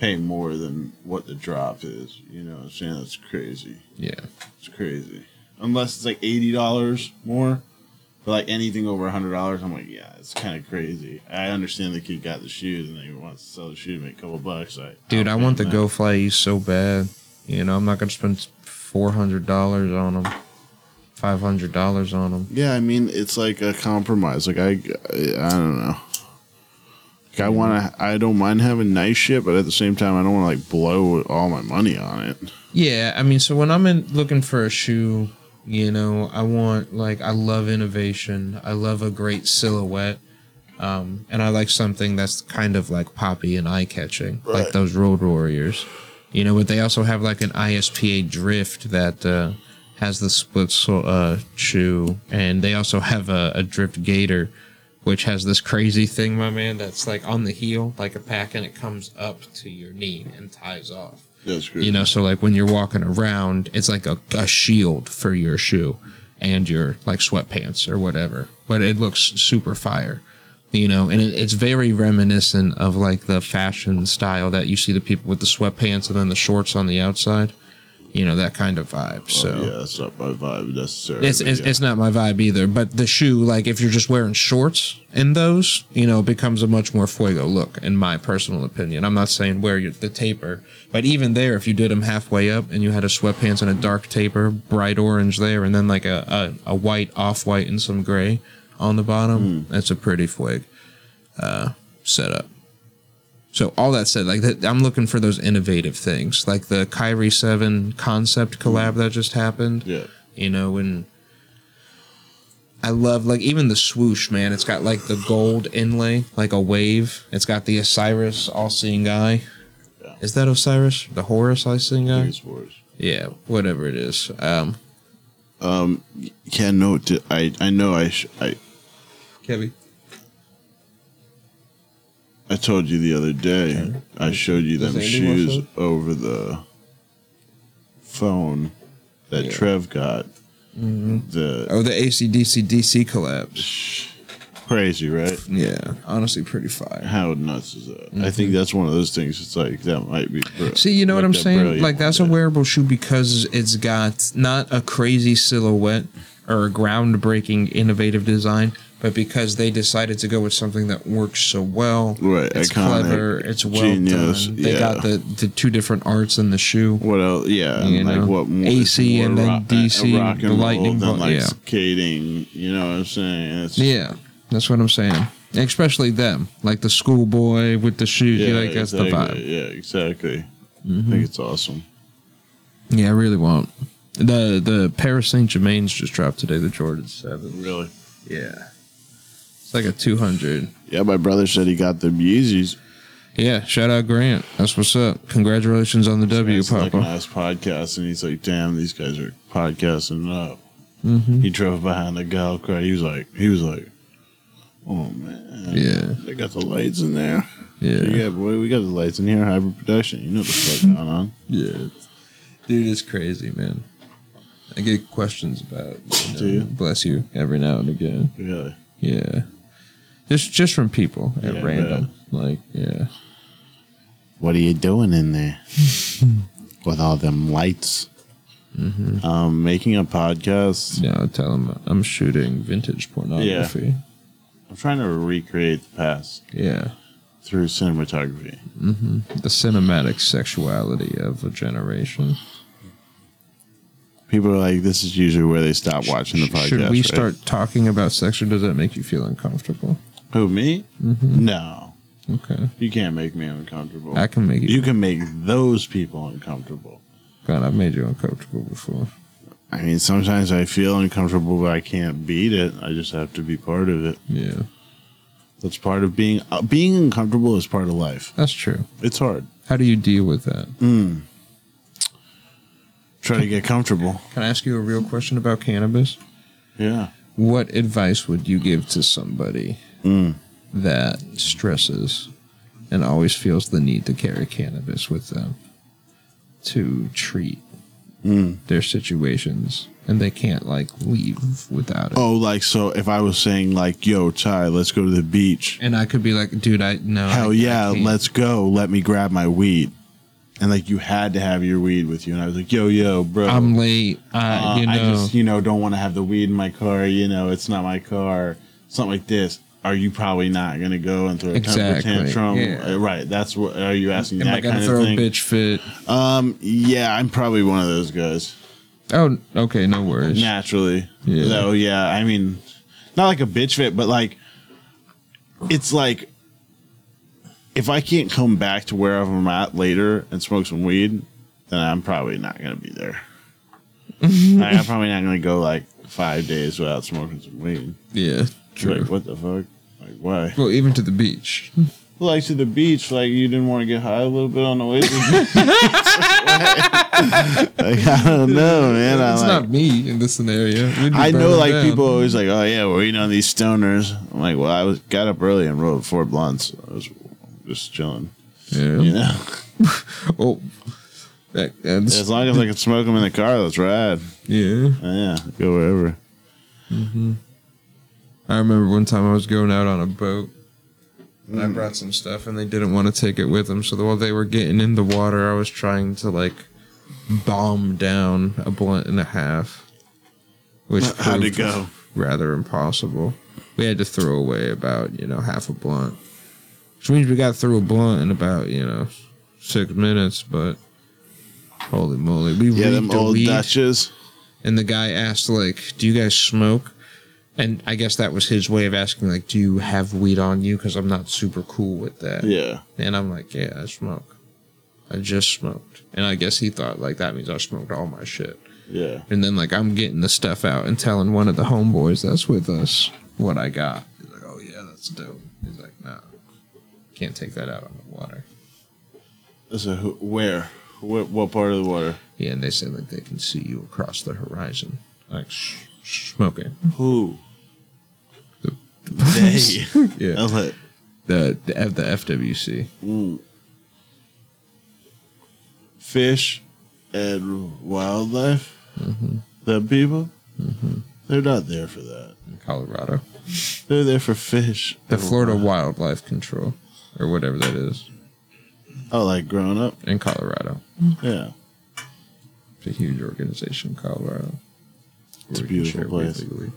pay more than what the drop is. You know, what I'm saying that's crazy. yeah. It's crazy. Unless it's like eighty dollars more. But like anything over hundred dollars, I'm like, yeah, it's kind of crazy. I understand the kid got the shoes and he wants to sell the shoe to make a couple bucks. I, Dude, I'll I pay want the him Go Fly East so bad. You know, I'm not gonna spend four hundred dollars on them, five hundred dollars on them. that. Yeah, I mean, it's like a compromise. Like I, I, I don't know. Like I want to. I don't mind having nice shit, but at the same time, I don't want to like blow all my money on it. Yeah, I mean, so when I'm in looking for a shoe, You know, I want like I love innovation. I love a great silhouette. Um, and I like something that's kind of like poppy and eye catching, like Right. those Road Warriors. You know, but they also have like an ISPA drift that uh, has the split so- uh, shoe, and they also have a, a drift gator, which has this crazy thing, my man, that's like on the heel, like a pack, and it comes up to your knee and ties off. That's great. You know, so like when you're walking around, it's like a, a shield for your shoe and your like sweatpants or whatever. But it looks super fire, you know, and it, it's very reminiscent of like the fashion style that you see the people with the sweatpants and then the shorts on the outside, you know, that kind of vibe. So. Oh, yeah, that's not my vibe necessarily. It's, but it's, yeah. it's not my vibe either, but the shoe, like if you're just wearing shorts in those, you know, it becomes a much more fuego look, in my personal opinion. I'm not saying wear your, the taper, but even there, if you did them halfway up and you had a sweatpants and a dark taper, bright orange there, and then like a, a, a white, off white, and some gray on the bottom, Hmm. that's a pretty fuego uh, setup. So all that said, like that, I'm looking for those innovative things, like the Kyrie Seven concept collab that just happened Hmm. yeah. you know and i love like even the swoosh man it's got like the gold inlay like a wave it's got the osiris all-seeing eye Yeah. is that osiris the horus all-seeing I eye think it's worse. yeah whatever it is um Yeah, no, d- I I know I sh- I kevin I told you the other day. I showed you Does them Andy want shoes some? over the phone that Yeah. Trev got. The oh the acdc dc collabs crazy, right? yeah honestly pretty fire How nuts is that? I think that's one of those things. It's like that might be. br- Mm-hmm. See, you know like what I'm that saying? brilliant Like that's a one, yeah. wearable shoe because it's got not a crazy silhouette or a groundbreaking innovative design, but because they decided to go with something that works so well. Right, It's iconic, clever, it's well genius, done. They got yeah. the, the two different arts in the shoe. What else? Yeah, and You like know, what more? AC it's and more then rock- uh, DC, rock the and lightning roll than bolt, like yeah. skating. You know what I'm saying? It's, Yeah. That's what I'm saying. Especially them. Like the schoolboy with the shoes. you like that's exactly. the vibe. Mm-hmm. Yeah, exactly. I think it's awesome. Yeah, I really won't. The the Paris Saint Germain's just dropped today, the Jordan seven. Really? Yeah. It's like a 200. Yeah, my brother said he got the Yeezys. Yeah, shout out Grant. That's what's up. Congratulations on the W, It's like Papa. last podcast, and he's like, "Damn, these guys are podcasting it up." Mm-hmm. He drove behind the golf cart. He was like, "He was like, oh man, Yeah. they got the lights in there." Yeah. yeah, boy, we got the lights in here. Hybrid production, you know what's going on. Yeah. Dude, it's crazy, man. I get questions about you know, Do you? bless you every now and again. Really? Yeah. Just just from people at Yeah, random. Like, yeah. What are you doing in there with all them lights? Mm-hmm. Um, making a podcast. Yeah, I tell them I'm shooting vintage pornography. I'm trying to recreate the past yeah. through cinematography. The cinematic sexuality of a generation. People are like, this is usually where they stop watching the podcast. Should we right? start talking about sex, or does that make you feel uncomfortable? Who me? Mm-hmm. No, Okay, you can't make me uncomfortable. I can make you. you can make those people uncomfortable. God, I've made you uncomfortable before. I mean, sometimes I feel uncomfortable, but I can't beat it. I just have to be part of it. Yeah, That's part of being uh, being uncomfortable is part of life. that's true. It's hard. How do you deal with that? Try to get comfortable. Can I ask you a real question about cannabis? Yeah. What advice would you give to somebody that stresses and always feels the need to carry cannabis with them to treat their situations, and they can't like leave without it? Oh, like so. If I was saying like, "Yo, Ty, let's go to the beach." And I could be like, dude, I no. Hell I- I yeah, can't. let's go. Let me grab my weed. And like you had to have your weed with you, and I was like, "Yo, yo, bro." I'm late. Uh, Uh, you know, I just, you know, don't want to have the weed in my car. You know, it's not my car. Something like this. Are you probably not going to go and throw a temper Exactly, tantrum? yeah. Uh, Right. That's what. Are you asking am I that gonna kind throw of a thing? bitch fit? Um. Yeah, I'm probably one of those guys Oh, okay, no worries. naturally. Yeah. Though, yeah. I mean, not like a bitch fit, but like, it's like. If I can't come back to wherever I'm at later and smoke some weed, then I'm probably not going to be there. like, I'm probably not going to go like five days without smoking some weed. Yeah, True. Like, what the fuck? Like, why? Well, even to the beach. Like to the beach, like you didn't want to get high a little bit on the way to the beach. like, I don't know, man. I, it's like, not me in this scenario. We'd be I know, burning like down. people always like, oh yeah, we're eating on these stoners. I'm like, well, I was got up early and rolled four blunts. I was just chilling, Yeah. you know. Oh, that, uh, this- As long as I can smoke them in the car, let's ride. yeah. Yeah, go wherever. I remember one time I was going out on a boat. And Mm. I brought some stuff, and they didn't want to take it with them. So while they were getting in the water, I was trying to like bomb down a blunt and a half, which How'd it proved go? rather impossible. We had to throw away about you know half a blunt, which means we got through a blunt in about you know six minutes. But holy moly, we Yeah, them reeked of old weed Dutches. and the guy asked like do you guys smoke and i guess that was his way of asking like do you have weed on you because i'm not super cool with that Yeah, and i'm like yeah i smoke i just smoked and i guess he thought like that means i smoked all my shit yeah. and then like i'm getting the stuff out and telling one of the homeboys that's with us what i got he's like oh yeah that's dope he's like no can't take that out on the water So who- where? What, what part of the water? yeah and they said like they can see you across the horizon like sh- smoking Who? They. yeah I was like, the the, F, the FWC. mm. fish and wildlife. Mm-hmm. Them people. They're not there for that. in Colorado. They're there for fish. The Florida Wildlife Control, or whatever that is, Oh, like growing up. in Colorado. Yeah. It's a huge organization, in Colorado. It's a Where you can beautiful share weed place. legally.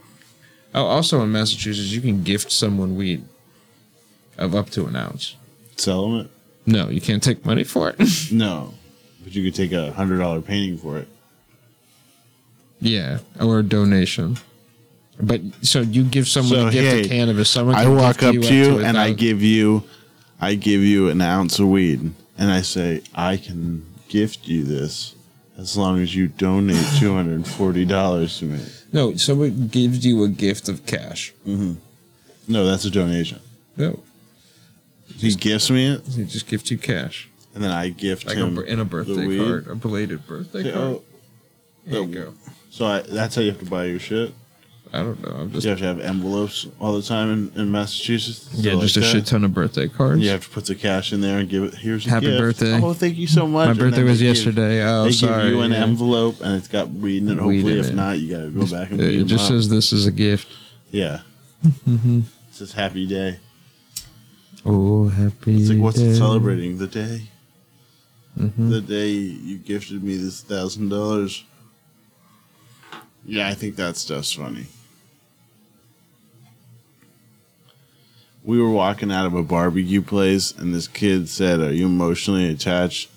Oh, also in Massachusetts, you can gift someone weed of up to an ounce. Sell them it. No, you can't take money for it. No, but you could take a hundred dollar painting for it. yeah, or a donation. But so you give someone So, a gift hey, of cannabis. Someone I can walk gift up to you a and I thousand- give you, I give you an ounce of weed, and I say I can gift you this as long as you donate two hundred and forty dollars to me. no. Someone gives you a gift of cash. No, that's a donation. No, He gifts me it, they just gift you cash. and then I gift like a, him bir- and a birthday weed. card, a belated birthday Yeah, card. oh, there the- you go. so I, that's how you have to buy your shit. I don't know. I'm just You have to have envelopes all the time in, in Massachusetts. yeah, So just like a that. shit ton of birthday cards. You have to put the cash in there and give it. Here's a Happy gift. birthday. Oh, thank you so much. my And birthday then was they give- yesterday. Oh, they sorry. give you an yeah. envelope and it's got weed in it. Weed Hopefully, in if it. not, you got to go back and Yeah, weed It just says Mm-hmm. this is a gift. yeah. It says happy day. Oh, happy. It's like what's day. it celebrating? The day. The day you gifted me this thousand dollars. Yeah, I think that stuff's funny. We were walking out of a barbecue place, and this kid said, "Are you emotionally attached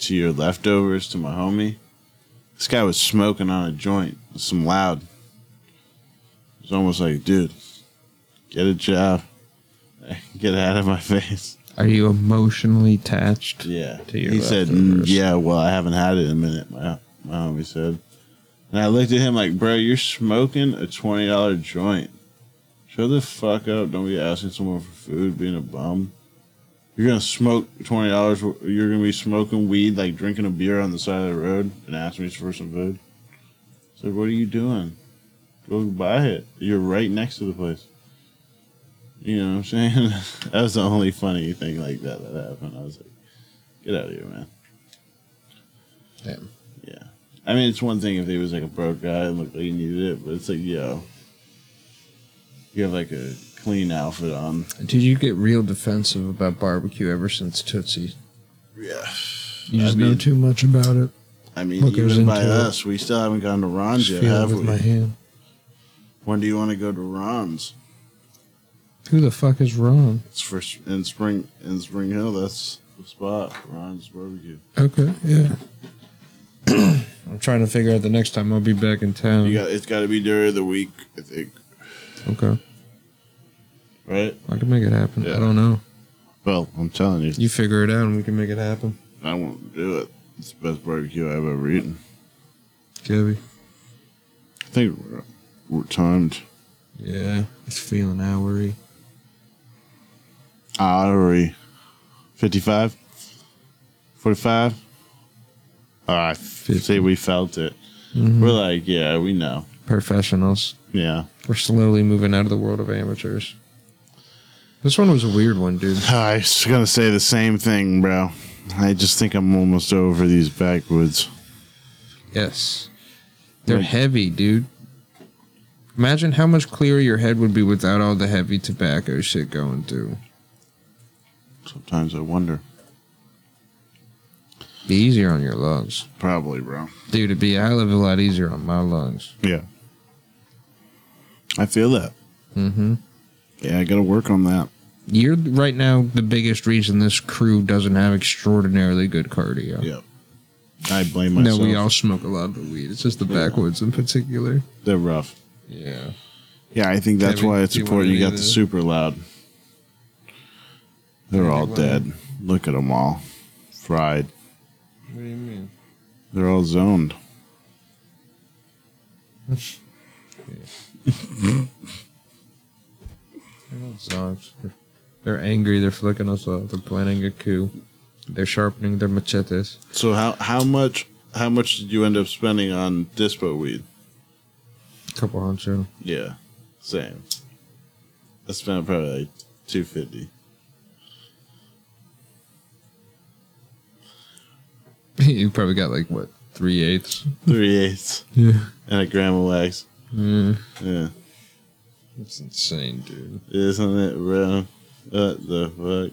to your leftovers?" To my homie, this guy was smoking on a joint, some loud. It's almost like, dude, get a job, get out of my face. Are you emotionally attached? Yeah. to your he said, leftovers. "Mm, yeah, well, I haven't had it in a minute, my, my homie said. And I looked at him like, bro, you're smoking a $20 joint. Shut the fuck up. Don't be asking someone for food, being a bum. You're going to smoke $20. wor- You're going to be smoking weed, like drinking a beer on the side of the road and ask me for some food. I said, what are you doing? Go buy it. You're right next to the place. You know what I'm saying? that was the only funny thing like that that happened. I was like, Get out of here, man. Damn. Yeah. I mean, it's one thing if he was like a broke guy and looked like he needed it, but it's like, yo, you have like a clean outfit on. Did you get real defensive about barbecue ever since Tootsie? Yeah. You I just know mean- too much about it. I mean, Look, it was even by into it. us, we still haven't gone to Ron's Just yet, feel it have with we? my hand. When do you want to go to Ron's? Who the fuck is wrong? It's for s- in spring in Spring Hill. That's the spot. Ron's barbecue. Okay, yeah. I'm trying to figure out the next time I'll be back in town. You got it's got to be during the week, I think, okay. right? I can make it happen. Yeah. I don't know. Well, I'm telling you, You figure it out and we can make it happen. I won't do it. It's the best barbecue I've ever eaten. Gabby. think we're, we're timed. Yeah, it's feeling houry. Ah, Hourly. 55? 45? All right. See, we felt it. Mm-hmm. We're like, yeah, we know. Professionals. Yeah. We're slowly moving out of the world of amateurs. This one was a weird one, dude. I was going to say the same thing, bro. I just think I'm almost over these backwoods. Yes. They're Right. heavy, dude. Imagine how much clearer your head would be without all the heavy tobacco shit going through. Sometimes I wonder. Be easier on your lungs. Probably, bro. Dude, it'd be a hell of a lot easier on my lungs. Yeah. I feel that. Mm-hmm. Yeah, I got to work on that. You're right now the biggest reason this crew doesn't have extraordinarily good cardio. Yeah. I blame No, myself. we all smoke a lot of weed. It's just the Yeah. backwoods in particular. They're rough. Yeah. Yeah, I think that's Kevin, why it's do you want important you any got of the this? super loud. They're all Anyone? dead. Look at them all. Fried. What do you mean? They're all zoned. They're angry. They're flicking us off. They're planning a coup. They're sharpening their machetes. So how how much how much did you end up spending on dispo weed? Couple honcho. Yeah. Same. I spent probably like two fifty. you probably got like what three eighths. Three eighths Yeah, and a gram of wax. yeah. Yeah. It's insane, dude. Isn't it real? What the fuck?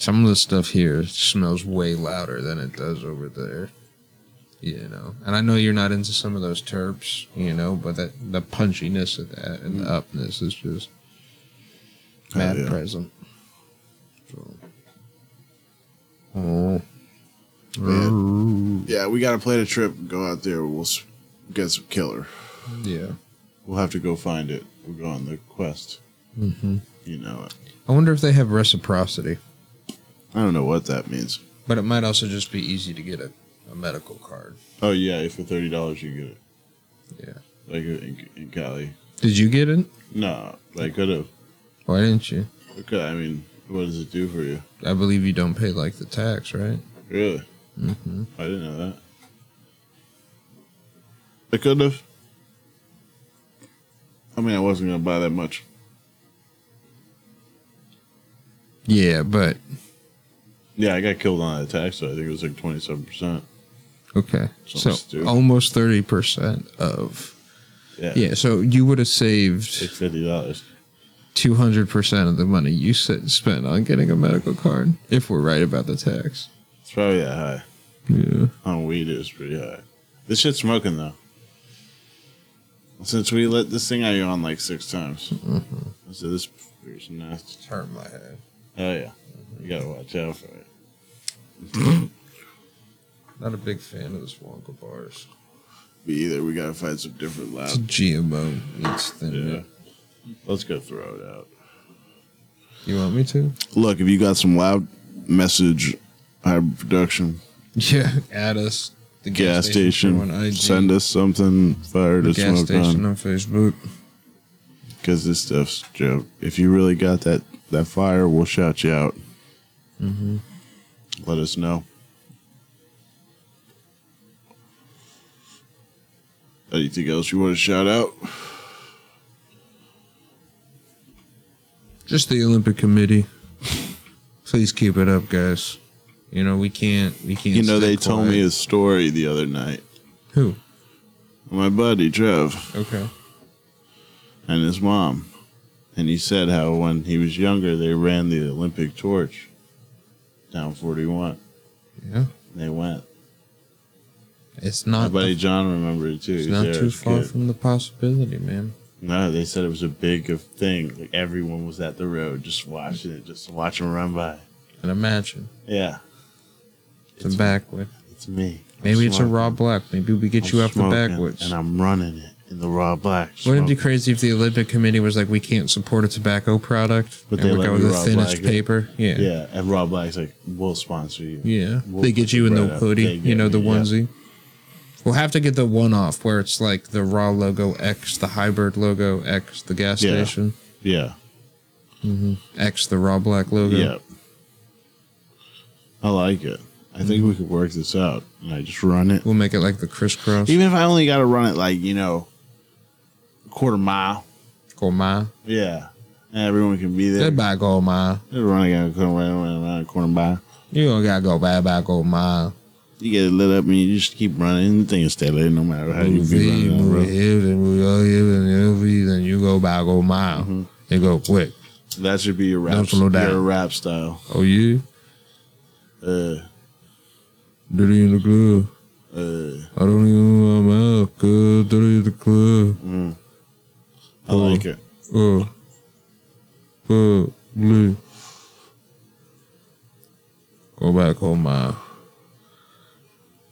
Some of the stuff here smells way louder than it does over there. You know, and I know you're not into some of those terps, you know, but that the punchiness of that and the upness is just Mm. Oh, mad yeah. present. So. Oh. Yeah, we gotta plan a trip, go out there, we'll s- get some killer. Yeah. We'll have to go find it. We'll go on the quest. hmm You know it. I wonder if they have reciprocity, I don't know what that means. but it might also just be easy to get a, a medical card. Oh yeah, for thirty dollars you get it. Yeah. Like uh, in, in Cali. Did you get it? No, I could have. Why didn't you? Okay, I mean, what does it do for you? I believe you don't pay like the tax, right? Really? Mm-hmm. I didn't know that. I could have. I mean, I wasn't gonna buy that much. Yeah, but Yeah, I got killed on a tax, so I think it was like twenty-seven percent. okay, Something so stupid. almost thirty percent of Yeah, yeah. So you would have like saved fifty dollars. two hundred percent of the money you s- spent on getting a medical card, if we're right about the tax. It's probably that high Yeah, on weed. It was pretty high. This shit's smoking though. Since we let this thing out on like six times, I said this is nasty. turn my head. Oh yeah, you gotta watch out for it. Not a big fan of this Wonka bars. Me either. We gotta find some different It's loud. GMO. It's thin. Yeah. mint. Let's go throw it out. You want me to? Look, if you got some loud message, high production, Yeah, at us. The gas crew on station, IG, send us something fire the to gas smoke station on. on Facebook. Because this stuff's joke. If you really got that that fire, we'll shout you out. Mm-hmm. Let us know. Anything else you want to shout out? Just the Olympic Committee. Please keep it up, guys. You know we can't. We can't. You know, stay they told me quiet. a story the other night. who? My buddy Trev Okay. and his mom, and he said how when he was younger they ran the Olympic torch down 41. Yeah, And they went. it's My not. buddy the- John remembered it too. it's He was not there too as a far kid. from the possibility, man. No, they said it was a big of thing. Like everyone was at the road just watching it, just watching them run by. And imagine Yeah, the back way. it's me. I'm Maybe it's a smoking. raw black. Maybe we get I'm you off the smoking, backwoods. and I'm running it in the raw black. Wouldn't it be smoking. crazy if the Olympic Committee was like, we can't support a tobacco product, But and they we let go me with the raw thinnest black it. paper? Yeah. Yeah, and raw black's like, we'll sponsor you. Yeah. We'll they put get you in the the bread up. hoodie, They you get know, the me, yeah. onesie. We'll have to get the one off where it's like the raw logo X the hybrid logo X the gas Yeah. station Yeah. X the raw black logo. Yeah. I like it. I think Mm-hmm. we could work this out. And I just run it. We'll make it like the crisscross. Even if I only got to run it like, you know, quarter mile. Gorma. Yeah. And everyone can be there. Goodbye, Gorma. Just Run again, quarter mile, run around, quarter mile. You don't gotta go bye bye, Gorma. You get it lit up and you just keep running. The thing will stay lit no matter how you Move feel. here, running. down the move road. here, then move over here, then over here, then you go by Gorma. Mm-hmm. They go quick. That should be your rap, Don't slow down. your rap style. Oh, you? Uh, Dirty in the club. uh, I don't even know where I'm at. Good, dirty in the club. I like it. Uh, uh, blue. Go back home, my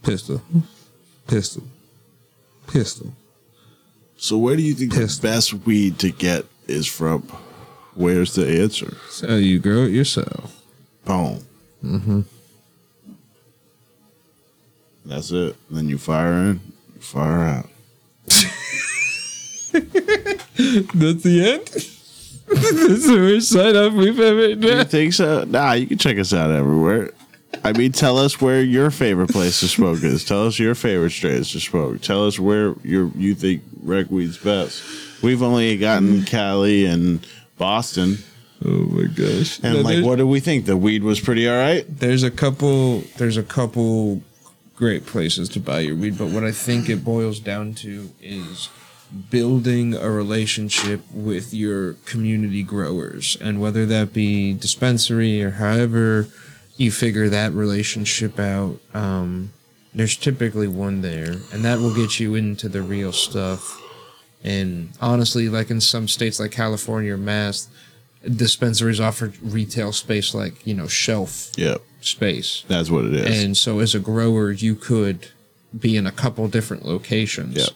pistol, pistol, pistol. So where do you think Pissed. the best weed to get is from? Where's the answer? So you grow it yourself. Boom. Mm-hmm. That's it. Then you fire in, you fire out. That's the end. That's the worst sign off we've ever You done. think so? Nah, you can check us out everywhere. I mean, tell us where your favorite place to smoke is. Tell us your favorite strains to smoke. Tell us where your you think rec weed's best. We've only gotten Cali and Boston, Oh my gosh! and Now, like, there's- what do we think? The weed was pretty all right. There's a couple. There's a couple great places to buy your weed, but what I think it boils down to is building a relationship with your community growers, and whether that be dispensary or however you figure that relationship out. Um, there's typically one there, and that will get you into the real stuff. And honestly, like in some states like California or Mass, dispensaries offer retail space like, you know, shelf Yep, space. that's what it is. And so, as a grower, you could be in a couple different locations. Yeah.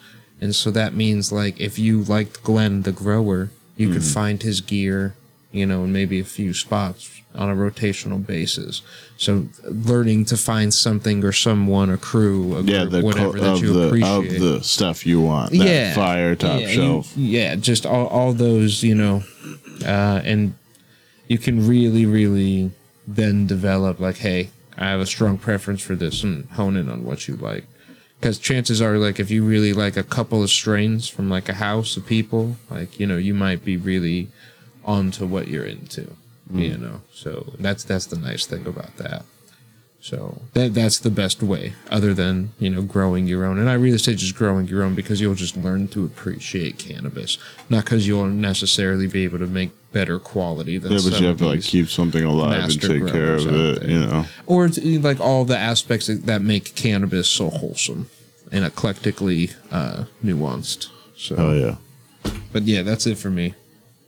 And so that means, like, if you liked Glenn, the grower, you could Mm-hmm. find his gear, you know, in maybe a few spots on a rotational basis. So, learning to find something or someone, a crew, a yeah, group, the co- whatever that of you the appreciate. of the stuff you want. That yeah. fire top yeah, you- shelf. yeah, just all, all those, you know, uh, and you can really, really then develop like, hey, I have a strong preference for this and hone in on what you like. Because chances are, like, if you really like a couple of strains from like a house of people, like, you know, you might be really onto what you're into, Mm. you know? So that's, that's the nice thing about that. So that that's the best way, other than you know growing your own. And I really say just growing your own because you'll just learn to appreciate cannabis, not because you'll necessarily be able to make better quality than yeah, some but you have of to like these. keep something alive and master take care growers of out it. there. You know. or it's, eh, like all the aspects that- that make cannabis so wholesome and eclectically uh, nuanced. So, Oh yeah. but yeah, that's it for me.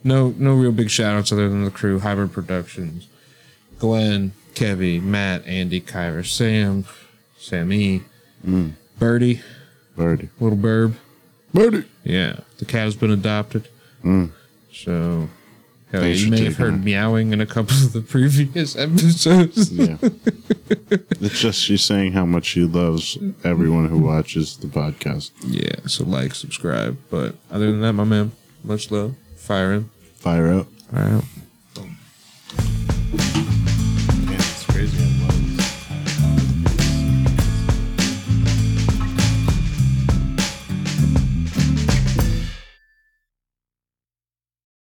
No, no real big shout outs other than the crew, Hybrid Productions, Glenn, Kevy, Matt, Andy, Kyra, Sam, Sammy, Mm. Birdie, Birdie. little burb. Birdie. Yeah, the cat has been adopted. So, hell yeah, Mm. Thanks you for may have taking heard it. meowing in a couple of the previous episodes. Yeah. it's just she's saying how much she loves everyone who watches the podcast. yeah, so like, subscribe. But other than that, my man, much love. Fire him. Fire up. Fire out.